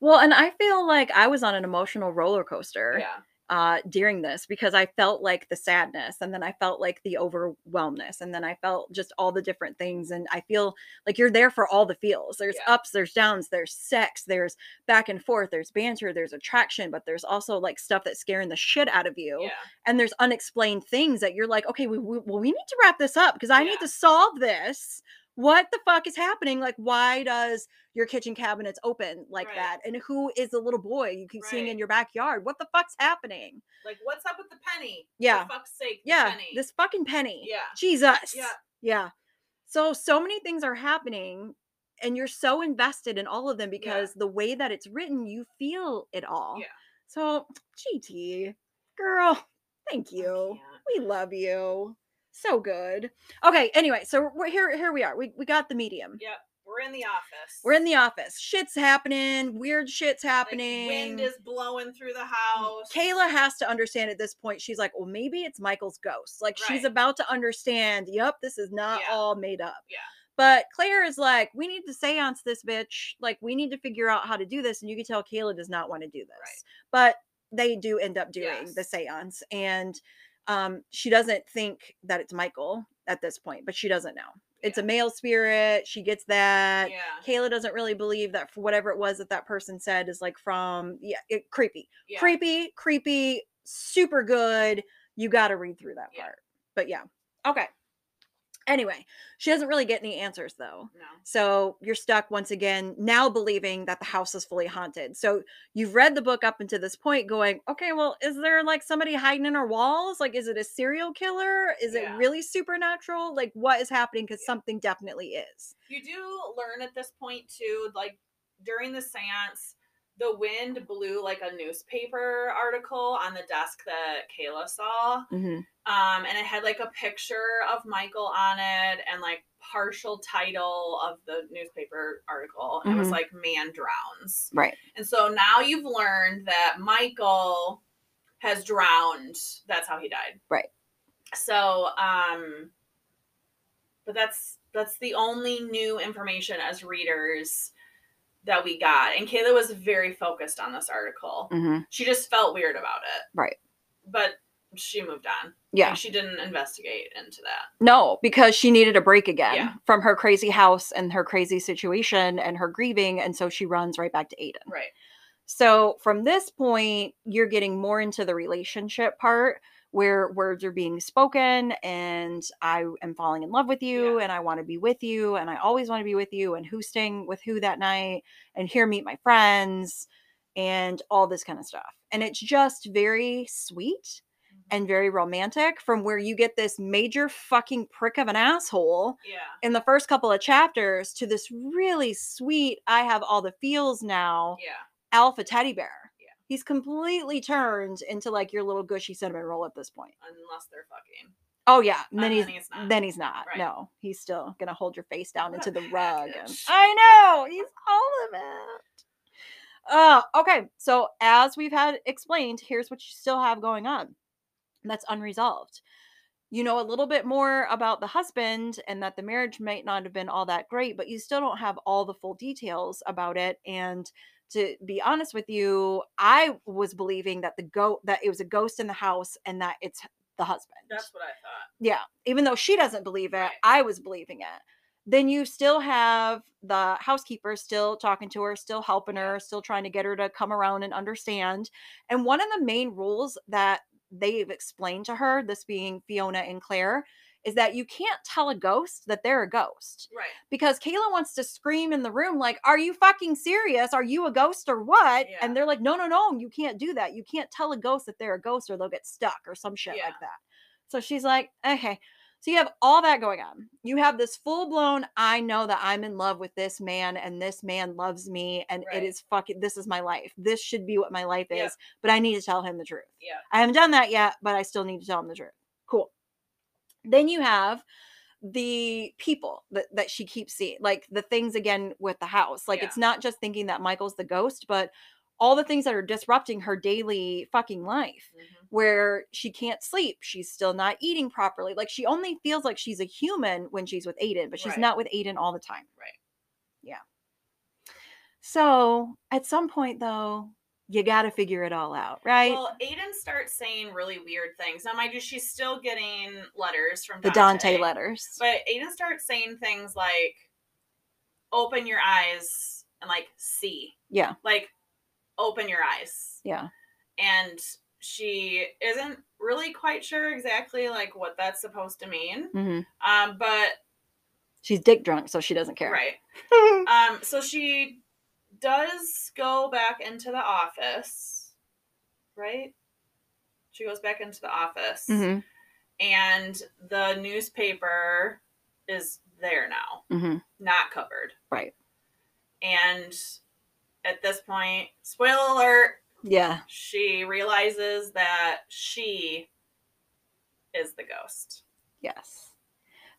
S2: Well, and I feel like I was on an emotional roller coaster
S1: Yeah.
S2: uh, during this because I felt like the sadness and then I felt like the overwhelmness and then I felt just all the different things. And I feel like you're there for all the feels there's
S1: Yeah.
S2: ups, there's downs, there's sex, there's back and forth, there's banter, there's attraction, but there's also like stuff that's scaring the shit out of you.
S1: Yeah.
S2: And there's unexplained things that you're like, okay, we, we, well, we need to wrap this up because I
S1: Yeah.
S2: need to solve this. What the fuck is happening? Like, why does your kitchen cabinets open like
S1: Right.
S2: that? And who is the little boy you keep seeing in
S1: Right.
S2: your backyard? What the fuck's happening?
S1: Like what's up with the penny?
S2: Yeah.
S1: For fuck's sake. the
S2: Yeah,
S1: penny.
S2: this fucking penny.
S1: Yeah.
S2: Jesus.
S1: Yeah.
S2: Yeah. So so many things are happening and you're so invested in all of them because the way that it's written, you feel it all.
S1: Yeah.
S2: So, GT, girl, thank
S1: I
S2: you.
S1: can't.
S2: We love you. So good. Okay, anyway, so we're here here we are. We we got the medium.
S1: Yep. We're in the office.
S2: We're in the office. Shit's happening, weird shit's
S1: Like,
S2: happening.
S1: wind is blowing through the house.
S2: Kayla has to understand at this point. She's like, well, maybe it's Michael's ghost. Like she's
S1: Right.
S2: about to understand. Yep, this is not
S1: Yeah.
S2: all made up.
S1: Yeah.
S2: But Claire is like, we need to seance this bitch. Like we need to figure out how to do this. And you can tell Kayla does not want to do this. But they do end up doing the
S1: Yes.
S2: seance, and um, she doesn't think that it's Michael at this point, but she doesn't know. It's
S1: Yeah.
S2: a male spirit. She gets that.
S1: Yeah.
S2: Kayla doesn't really believe that for whatever it was that that person said is like from yeah, it, creepy
S1: Yeah.
S2: creepy, creepy, super good. You got to read through that
S1: Yeah.
S2: part. But yeah. Okay. Anyway, she doesn't really get any answers though.
S1: no.
S2: So you're stuck once again now believing that the house is fully haunted. So you've read the book up until this point going, okay, well, is there like somebody hiding in our walls? Like, is it a serial killer? Is
S1: Yeah.
S2: it really supernatural? Like, what is happening? Because
S1: Yeah.
S2: something definitely is.
S1: You do learn at this point too, like during the seance, the wind blew like a newspaper article on the desk that Kayla saw.
S2: Mm-hmm.
S1: Um, and it had like a picture of Michael on it and like partial title of the newspaper article. And it was
S2: Mhm.
S1: like man drowns.
S2: Right.
S1: And so now you've learned that Michael has drowned. That's how he died.
S2: Right.
S1: So, um, but that's that's the only new information as readers that we got. And Kayla was very focused on this article.
S2: Mm-hmm.
S1: She just felt weird about it.
S2: Right.
S1: But she moved on.
S2: Yeah.
S1: Like, she didn't investigate into that.
S2: No, because she needed a break again
S1: Yeah.
S2: from her crazy house and her crazy situation and her grieving. And so she runs right back to Aiden.
S1: Right.
S2: So from this point, you're getting more into the relationship part where words are being spoken and I am falling in love with you
S1: Yeah.
S2: and I want to be with you and I always want to be with you and who's staying with who that night and here meet my friends and all this kind of stuff. And it's just very sweet and very romantic from where you get this major fucking prick of an asshole
S1: Yeah.
S2: in the first couple of chapters to this really sweet I have all the feels now
S1: Yeah.
S2: alpha teddy bear.
S1: Yeah.
S2: He's completely turned into like your little gushy cinnamon roll at this point.
S1: Unless they're fucking.
S2: Oh yeah, and then
S1: And
S2: he's
S1: then he's not.
S2: then he's not.
S1: Right.
S2: No, he's still gonna hold your face down
S1: What
S2: into
S1: a
S2: the rug.
S1: <laughs>
S2: and-
S1: package.
S2: I know he's all of it. Uh, okay, so as we've had explained, here's what you still have going on. That's unresolved. you know a little bit more about the husband and that the marriage might not have been all that great, but you still don't have all the full details about it. And to be honest with you, I was believing that the go that it was a ghost in the house and that it's the husband.
S1: That's what I thought.
S2: yeah, even though she doesn't believe it,
S1: Right.
S2: I was believing it. Then you still have the housekeeper still talking to her, still helping her, still trying to get her to come around and understand. And one of the main rules that they've explained to her, this being Fiona and Claire, is that you can't tell a ghost that they're a ghost
S1: Right.
S2: because Kayla wants to scream in the room, like, Are you fucking serious? Are you a ghost or what?
S1: Yeah.
S2: And they're like, No, no, no, you can't do that. You can't tell a ghost that they're a ghost or they'll get stuck or some shit
S1: Yeah.
S2: like that. So she's like, Okay. So you have all that going on. You have this full blown, I know that I'm in love with this man and this man loves me and
S1: Right.
S2: it is fucking, this is my life. This should be what my life
S1: Yeah.
S2: is, but I need to tell him the truth.
S1: Yeah.
S2: I haven't done that yet, but I still need to tell him the truth. Cool. Then you have the people that, that she keeps seeing, like the things again with the house. Like
S1: Yeah.
S2: it's not just thinking that Michael's the ghost, but all the things that are disrupting her daily fucking life
S1: Mhm.
S2: where she can't sleep. She's still not eating properly. Like she only feels like she's a human when she's with Aiden, but she's
S1: Right.
S2: not with Aiden all the time.
S1: Right.
S2: Yeah. So at some point, though, you got to figure it all out, right?
S1: Well, Aiden starts saying really weird things. Now, mind you, she's still getting letters from
S2: the Dante, letters.
S1: But Aiden starts saying things like, open your eyes and like see.
S2: Yeah.
S1: Like, open your eyes.
S2: Yeah.
S1: And she isn't really quite sure exactly like what that's supposed to mean.
S2: hmm
S1: Um, but
S2: She's dick drunk, so she doesn't care.
S1: right. Um, so she does go back into the office, right? She goes back into the office
S2: Mhm,
S1: and the newspaper is there now,
S2: mhm.
S1: not covered.
S2: Right.
S1: And at this point, spoiler alert,
S2: Yeah.
S1: she realizes that she is the ghost.
S2: Yes.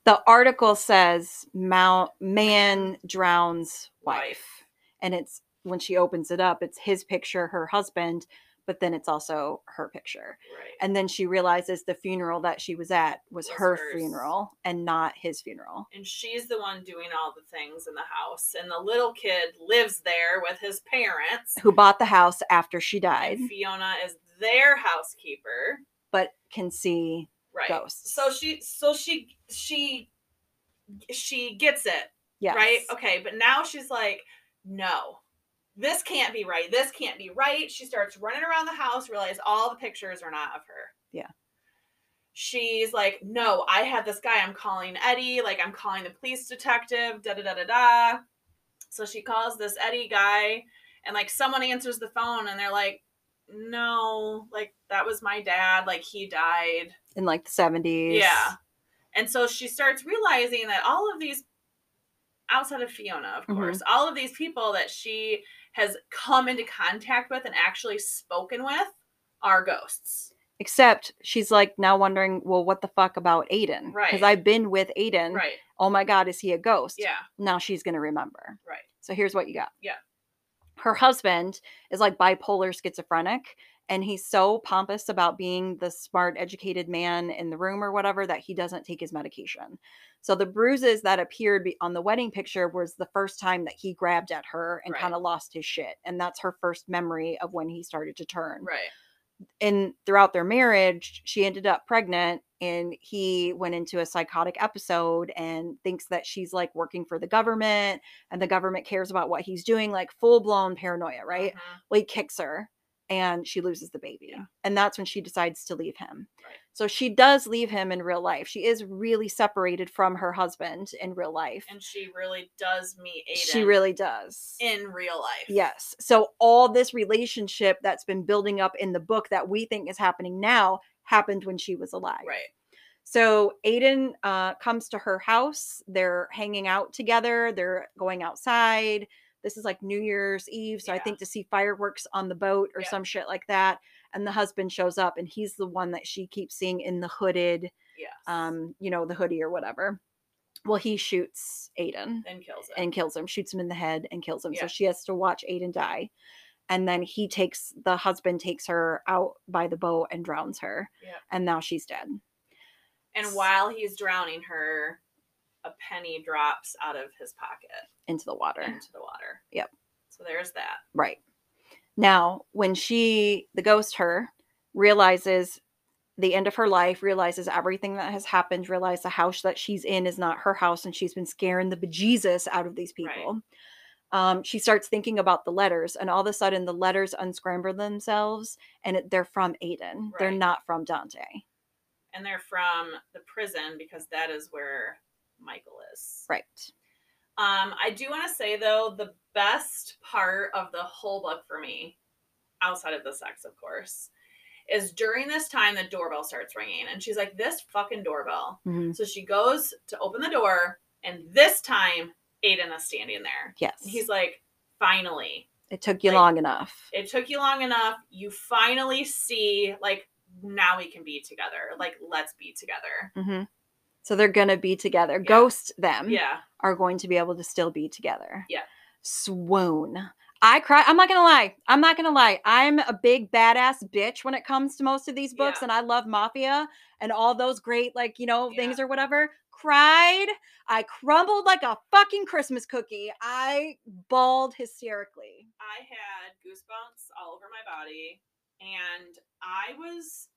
S2: The article says Mount man drowns wife. And it's when she opens it up, it's his picture, her husband, but then it's also her picture.
S1: Right.
S2: And then she realizes the funeral that she was at was,
S1: Was
S2: her
S1: hers.
S2: funeral and not his funeral.
S1: and she's the one doing all the things in the house and the little kid lives there with his parents
S2: Who bought the house after she died,
S1: and fiona is their housekeeper
S2: but can see
S1: right
S2: Ghosts.
S1: so she so she she she gets it
S2: yes.
S1: right okay but now she's like no this can't be right this can't be right she starts running around the house realize all the pictures are not of her
S2: Yeah.
S1: she's like no i have this guy i'm calling eddie like i'm calling the police detective da da da da da so she calls this eddie guy and like someone answers the phone and they're like no like that was my dad like he died
S2: In like the 70s.
S1: yeah. And so she starts realizing that all of these, outside of Fiona, of
S2: Mhm.
S1: course, all of these people that she has come into contact with and actually spoken with are ghosts.
S2: Except she's like now wondering, well, what the fuck about Aiden?
S1: Right.
S2: Because I've been with Aiden.
S1: Right.
S2: Oh my God, is he a ghost?
S1: Yeah.
S2: Now she's going to remember.
S1: Right.
S2: So here's what you got.
S1: Yeah.
S2: Her husband is like bipolar schizophrenic, and he's so pompous about being the smart, educated man in the room or whatever that he doesn't take his medication. So the bruises that appeared be- on the wedding picture was the first time that he grabbed at her and
S1: Right.
S2: kind of lost his shit. And that's her first memory of when he started to turn
S1: Right.
S2: and throughout their marriage she ended up pregnant and he went into a psychotic episode and thinks that she's like working for the government and the government cares about what he's doing like full blown paranoia right
S1: Mhm.
S2: well he kicks her and she loses the baby
S1: Yeah.
S2: and that's when she decides to leave him
S1: Right.
S2: so she does leave him in real life she is really separated from her husband in real life
S1: And she really does meet Aiden
S2: she really does
S1: in real life.
S2: Yes. So all this relationship that's been building up in the book that we think is happening now happened when she was alive.
S1: Right.
S2: So Aiden uh, comes to her house. They're hanging out together. They're going outside. This is like New Year's Eve. So I
S1: Yeah.
S2: think to see fireworks on the boat or
S1: Yep.
S2: some shit like that. And the husband shows up and he's the one that she keeps seeing in the hooded,
S1: Yes.
S2: um, you know, the hoodie or whatever. Well, he shoots Aiden
S1: and kills it.
S2: and kills him, shoots him in the head and kills him.
S1: Yeah.
S2: So she has to watch Aiden die. And then he takes the husband takes her out by the boat and drowns her.
S1: Yeah.
S2: And now she's dead.
S1: And while he's drowning her, a penny drops out of his pocket
S2: into the water.
S1: into the water.
S2: Yep.
S1: So there's that.
S2: Right. Now, when she, the ghost, her, realizes the end of her life, realizes everything that has happened, realizes the house that she's in is not her house, and she's been scaring the bejesus out of these
S1: Right.
S2: people. Um, she starts thinking about the letters, and all of a sudden, the letters unscramble themselves, and it, they're from Aiden. They're
S1: Right.
S2: not from Dante.
S1: And they're from the prison because that is where Michael is.
S2: Right.
S1: Um, I do want to say though, the best part of the whole book for me, outside of the sex, of course, is during this time the doorbell starts ringing, and she's like, "This fucking doorbell."
S2: Mhm.
S1: So she goes to open the door, and this time Aiden is standing there.
S2: Yes.
S1: And he's like, "Finally,
S2: it took you
S1: like-
S2: long enough.
S1: it took you long enough. You finally see, like, now we can be together. Like, let's be together."
S2: hmm So they're going to be together.
S1: Yeah.
S2: Ghost them.
S1: Yeah,
S2: are going to be able to still be together.
S1: Yeah.
S2: Swoon. I cry. I'm not gonna lie. I'm not gonna lie. I'm a big badass bitch when it comes to most of these books,
S1: Yeah.
S2: and I love mafia and all those great, like, you know, things
S1: Yeah.
S2: or whatever. Cried. I crumbled like a fucking Christmas cookie. I bawled hysterically.
S1: I had goosebumps all over my body and I was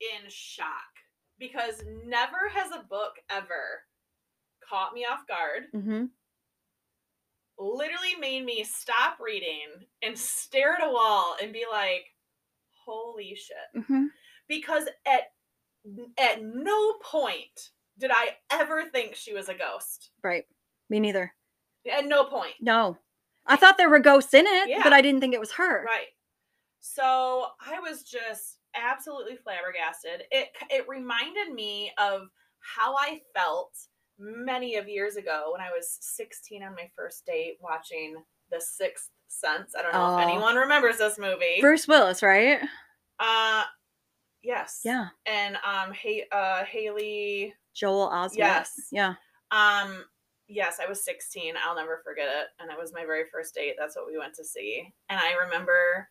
S1: in shock because never has a book ever caught me off guard,
S2: Mm-hmm.
S1: literally made me stop reading and stare at a wall and be like, holy shit.
S2: Mm-hmm.
S1: Because at at no point did I ever think she was a ghost.
S2: Right. Me neither.
S1: At no point.
S2: No. I thought there were ghosts in it, but
S1: Yeah.
S2: I didn't think it was her.
S1: Right. So I was just absolutely flabbergasted. It it reminded me of how I felt many of years ago when I was 16 on my first date watching The Sixth Sense. I don't know if
S2: Oh.
S1: anyone remembers this movie.
S2: Bruce Willis, right?
S1: uh yes.
S2: Yeah.
S1: And um hey uh Haley
S2: Joel Osment.
S1: Yes.
S2: Yeah.
S1: Um, yes, I was 16. I'll never forget it. And it was my very first date. That's what we went to see. And I remember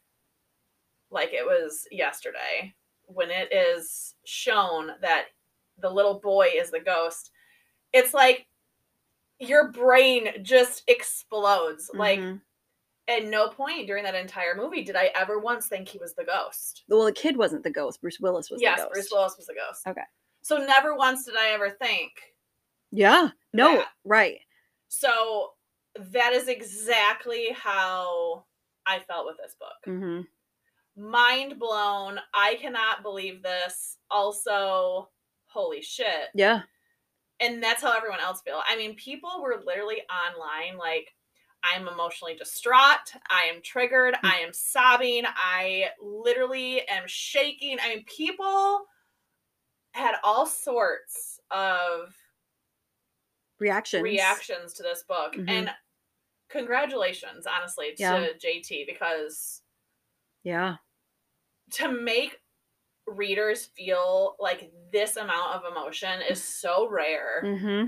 S1: like it was yesterday when it is shown that the little boy is the ghost. It's like your brain just explodes. Like
S2: Mhm.
S1: at no point during that entire movie did I ever once think he was the ghost.
S2: Well, the kid wasn't the ghost. Bruce Willis was
S1: yes,
S2: the ghost.
S1: Bruce Willis was the ghost.
S2: Okay.
S1: So never once did I ever think
S2: Yeah. No.
S1: that.
S2: Right.
S1: So that is exactly how I felt with this book.
S2: hmm
S1: Mind blown. I cannot believe this. Also, holy shit.
S2: Yeah.
S1: And that's how everyone else feel. I mean, people were literally online like I'm emotionally distraught. I am triggered. I am sobbing. I literally am shaking. I mean, people had all sorts of
S2: Reactions.
S1: reactions to this book
S2: Mhm.
S1: and congratulations honestly to
S2: Yeah.
S1: jt because
S2: Yeah.
S1: to make readers feel like this amount of emotion is
S2: Mm.
S1: so rare
S2: hmm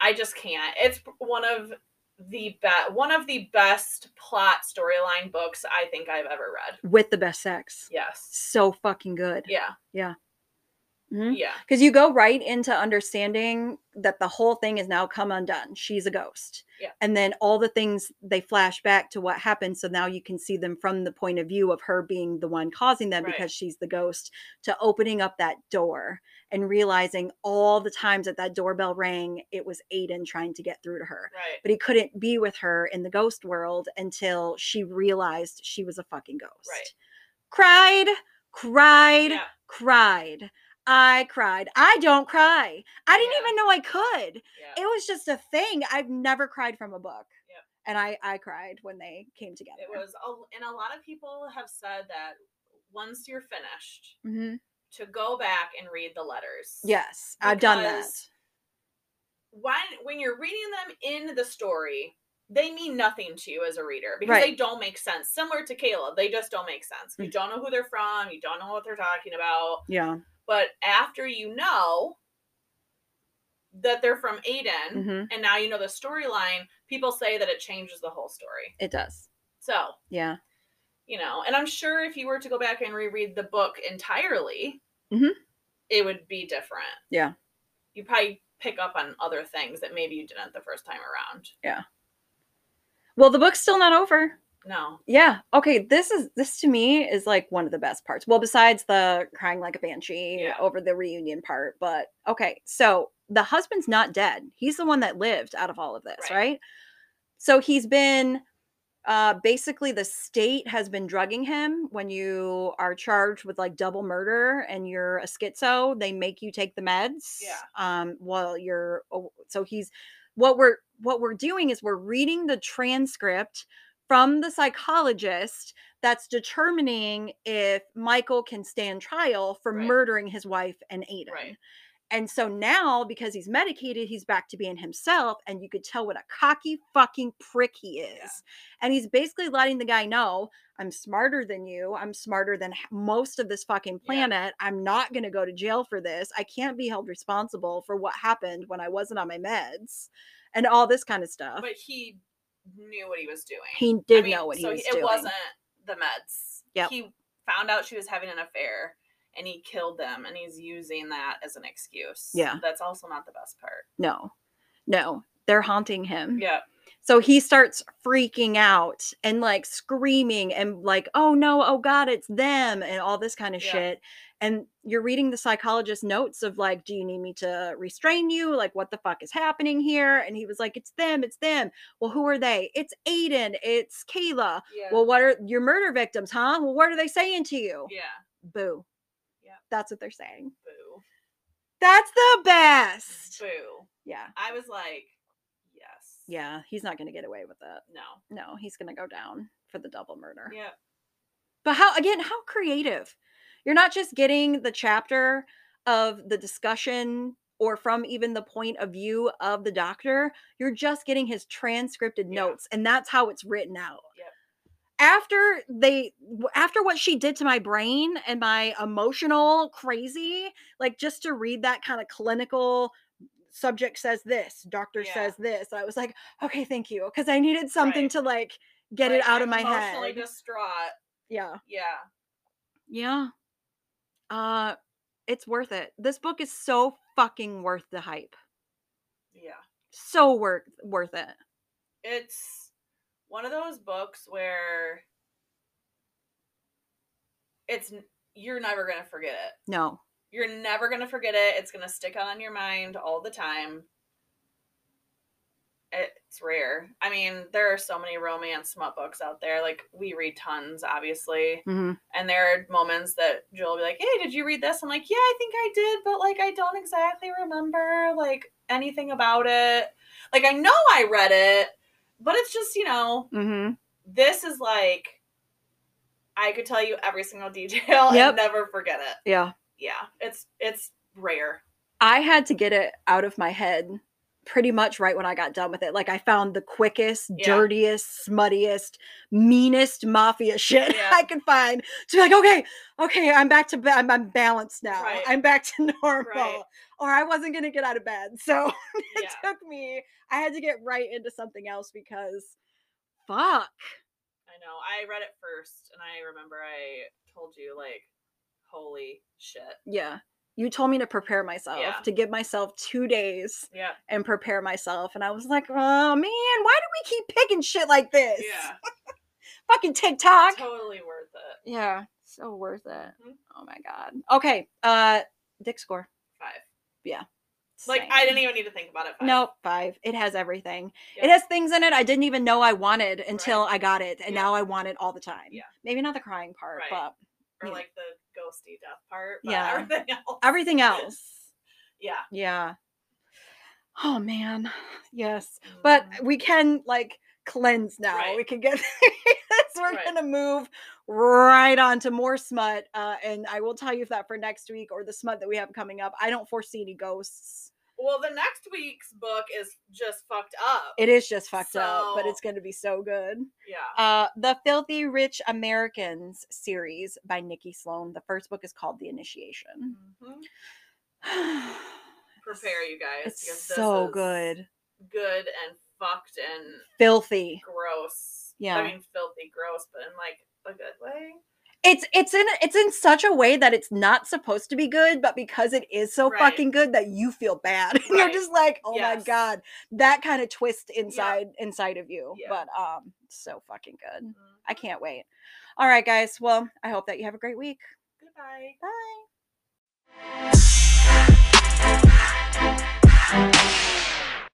S1: i just can't it's one of the best one of the best plot storyline books i think i've ever read
S2: With the best sex.
S1: yes
S2: So fucking good. mm-hmm.
S1: yeah
S2: Because
S1: yeah
S2: you go right into understanding that the whole thing is now come undone. She's a ghost.
S1: Yeah.
S2: And then all the things they flash back to what happened. So now you can see them from the point of view of her being the one causing them
S1: Right.
S2: because she's the ghost to opening up that door and realizing all the times that that doorbell rang, it was Aiden trying to get through to her.
S1: right
S2: but he couldn't be with her in the ghost world until she realized she was a fucking ghost. Cried, cried,
S1: Yeah.
S2: cried. I cried. I don't cry. I didn't
S1: Yeah.
S2: even know I could.
S1: yeah
S2: It was just a thing. I've never cried from a book.
S1: Yep.
S2: And I I cried when they came together.
S1: it was a- and a lot of people have said that once you're finished
S2: Mhm.
S1: to go back and read the letters
S2: Yes, I've done that.
S1: Because- when when you're reading them in the story, they mean nothing to you as a reader because
S2: Right.
S1: they don't make sense. Similar to Caleb, they just don't make sense. You
S2: Mm.
S1: don't know who they're from, you don't know what they're talking about.
S2: Yeah.
S1: But after you know that they're from Aiden
S2: hmm
S1: and now you know the storyline, people say that it changes the whole story.
S2: It does.
S1: So,
S2: Yeah.
S1: you know, and I'm sure if you were to go back and reread the book entirely,
S2: Mhm.
S1: it would be different.
S2: Yeah.
S1: You probably pick up on other things that maybe you didn't the first time around.
S2: Well, the book's still not over.
S1: No.
S2: Yeah. Okay. This is this to me is like one of the best parts. Well, besides the crying like a banshee
S1: Yeah.
S2: over the reunion part, but okay. So the husband's not dead. He's the one that lived out of all of this,
S1: Right.
S2: right? So he's been uh basically the state has been drugging him when you are charged with like double murder and you're a schizo they make you take the meds
S1: Yeah.
S2: um while you're oh, so he's what we're what we're doing is we're reading the transcript from the psychologist that's determining if Michael can stand trial for
S1: Right.
S2: murdering his wife and Aiden.
S1: Right.
S2: And so now, because he's medicated, he's back to being himself, and you could tell what a cocky fucking prick he is.
S1: Yeah.
S2: And he's basically letting the guy know, I'm smarter than you. I'm smarter than h- most of this fucking
S1: Yeah.
S2: planet. I'm not going to go to jail for this. I can't be held responsible for what happened when I wasn't on my meds and all this kind of stuff.
S1: But he knew what he was doing.
S2: he did
S1: I mean,
S2: know what
S1: so
S2: he was
S1: It
S2: doing.
S1: wasn't the meds.
S2: Yep.
S1: He found out she was having an affair and he killed them and he's using that as an excuse.
S2: Yeah.
S1: That's also not the best part.
S2: No, no, they're haunting him.
S1: Yeah.
S2: So he starts freaking out and like screaming and like, oh no, oh God, it's them and all this kind of
S1: Yeah.
S2: shit. And you're reading the psychologist's notes of like, do you need me to restrain you? Like, what the fuck is happening here? And he was like, it's them, it's them. Well, who are they? It's Aiden, it's Kayla.
S1: Yeah.
S2: Well, what are your murder victims, huh? Well, what are they saying to you?
S1: yeah.
S2: Boo.
S1: Yep.
S2: That's what they're saying. <laughs>
S1: Boo.
S2: That's the best.
S1: Boo.
S2: Yeah.
S1: I was like, yes.
S2: Yeah. He's not going to get away with it.
S1: No.
S2: No, he's going to go down for the double murder.
S1: Yeah.
S2: But how again, how creative. You're not just getting the chapter of the discussion or from even the point of view of the doctor, you're just getting his transcripted
S1: Yeah.
S2: notes and that's how it's written out.
S1: Yep.
S2: After they w- after what she did to my brain and my emotional crazy, like just to read that kind of clinical subject says this, doctor
S1: Yeah.
S2: says this, I was like, okay, thank you cuz I needed something
S1: Right.
S2: to like get it
S1: Like,
S2: out
S1: I'm
S2: of my
S1: emotionally
S2: head.
S1: distraught.
S2: yeah.
S1: Yeah.
S2: Yeah. Uh it's worth it. This book is so fucking worth the hype.
S1: Yeah.
S2: So worth worth it.
S1: it's one of those books where it's n- you're never going to forget it.
S2: No.
S1: You're never going to forget it. It's going to stick on your mind all the time. It's rare. I mean, there are so many romance smut books out there. Like we read tons, obviously.
S2: Mhm.
S1: And there are moments that Joel will be like, Hey, did you read this? I'm like, Yeah, I think I did, but like I don't exactly remember like anything about it. Like I know I read it, but it's just, you know,
S2: Mhm.
S1: this is like I could tell you every single <laughs> detail
S2: Yep.
S1: and never forget it.
S2: Yeah.
S1: Yeah. It's it's
S2: <laughs>
S1: rare.
S2: I had to get it out of my head pretty much right when I got done with it. Like I found the quickest,
S1: Yeah.
S2: dirtiest, smuttiest, meanest mafia <laughs> shit
S1: Yeah.
S2: I could find to be like, okay, okay, I'm back to ba- I'm, I'm balanced now.
S1: Right.
S2: I'm back to <laughs> normal. Or I wasn't gonna get out of bed. So it
S1: Yeah.
S2: took me i had to get right into something else because fuck
S1: I know. I read it first and I remember I told you like, holy shit.
S2: yeah you told me to prepare myself
S1: Yeah.
S2: to give myself two days
S1: Yeah.
S2: and prepare myself and i was like oh man why do we keep picking shit like this
S1: Yeah.
S2: fucking tiktok
S1: Totally worth it.
S2: yeah so worth it
S1: Mhm.
S2: oh my god okay uh dick score
S1: Five.
S2: yeah
S1: Like I
S2: Same.
S1: didn't even need to think about it. Five.
S2: Nope, five. It has everything. It
S1: Yep.
S2: has things in it I didn't even know I wanted until I got it, and
S1: Yeah.
S2: now I want it all the time.
S1: Yeah.
S2: Maybe not the crying part,
S1: Right.
S2: but
S1: or
S2: Yeah.
S1: like the ghosty death part. But
S2: Yeah.
S1: Everything <laughs> else.
S2: everything else.
S1: Yeah.
S2: Yeah. Oh man, yes. But
S1: Mhm.
S2: we can like cleanse now.
S1: Right.
S2: We can get <laughs> because we're
S1: Right.
S2: gonna move right on to more smut. Uh, and I will tell you if that for next week or the smut that we have coming up. I don't foresee any ghosts.
S1: well, the next week's book is just fucked up.
S2: It is just fucked up, but
S1: So-
S2: it's gonna be so good.
S1: yeah.
S2: Uh, the Filthy Rich Americans series by Nikki Sloan. The first book is called The Initiation. <sighs>
S1: Mhm. Prepare you guys.
S2: it's
S1: because this
S2: so
S1: is
S2: good.
S1: Good and fucked and
S2: Filthy.
S1: gross.
S2: Yeah.
S1: I mean filthy gross, but in like a good way.
S2: it's it's in it's in such a way that it's not supposed to be good, but because it is so
S1: Right.
S2: fucking good that you feel bad. <laughs> And You're
S1: Right.
S2: just like, oh my
S1: Yes.
S2: god, that kind of twist inside inside of you.
S1: Yeah.
S2: But um, so fucking good.
S1: Mm-hmm.
S2: I can't wait. All right, guys. Well, I hope that you have a great week.
S1: Goodbye.
S2: Bye.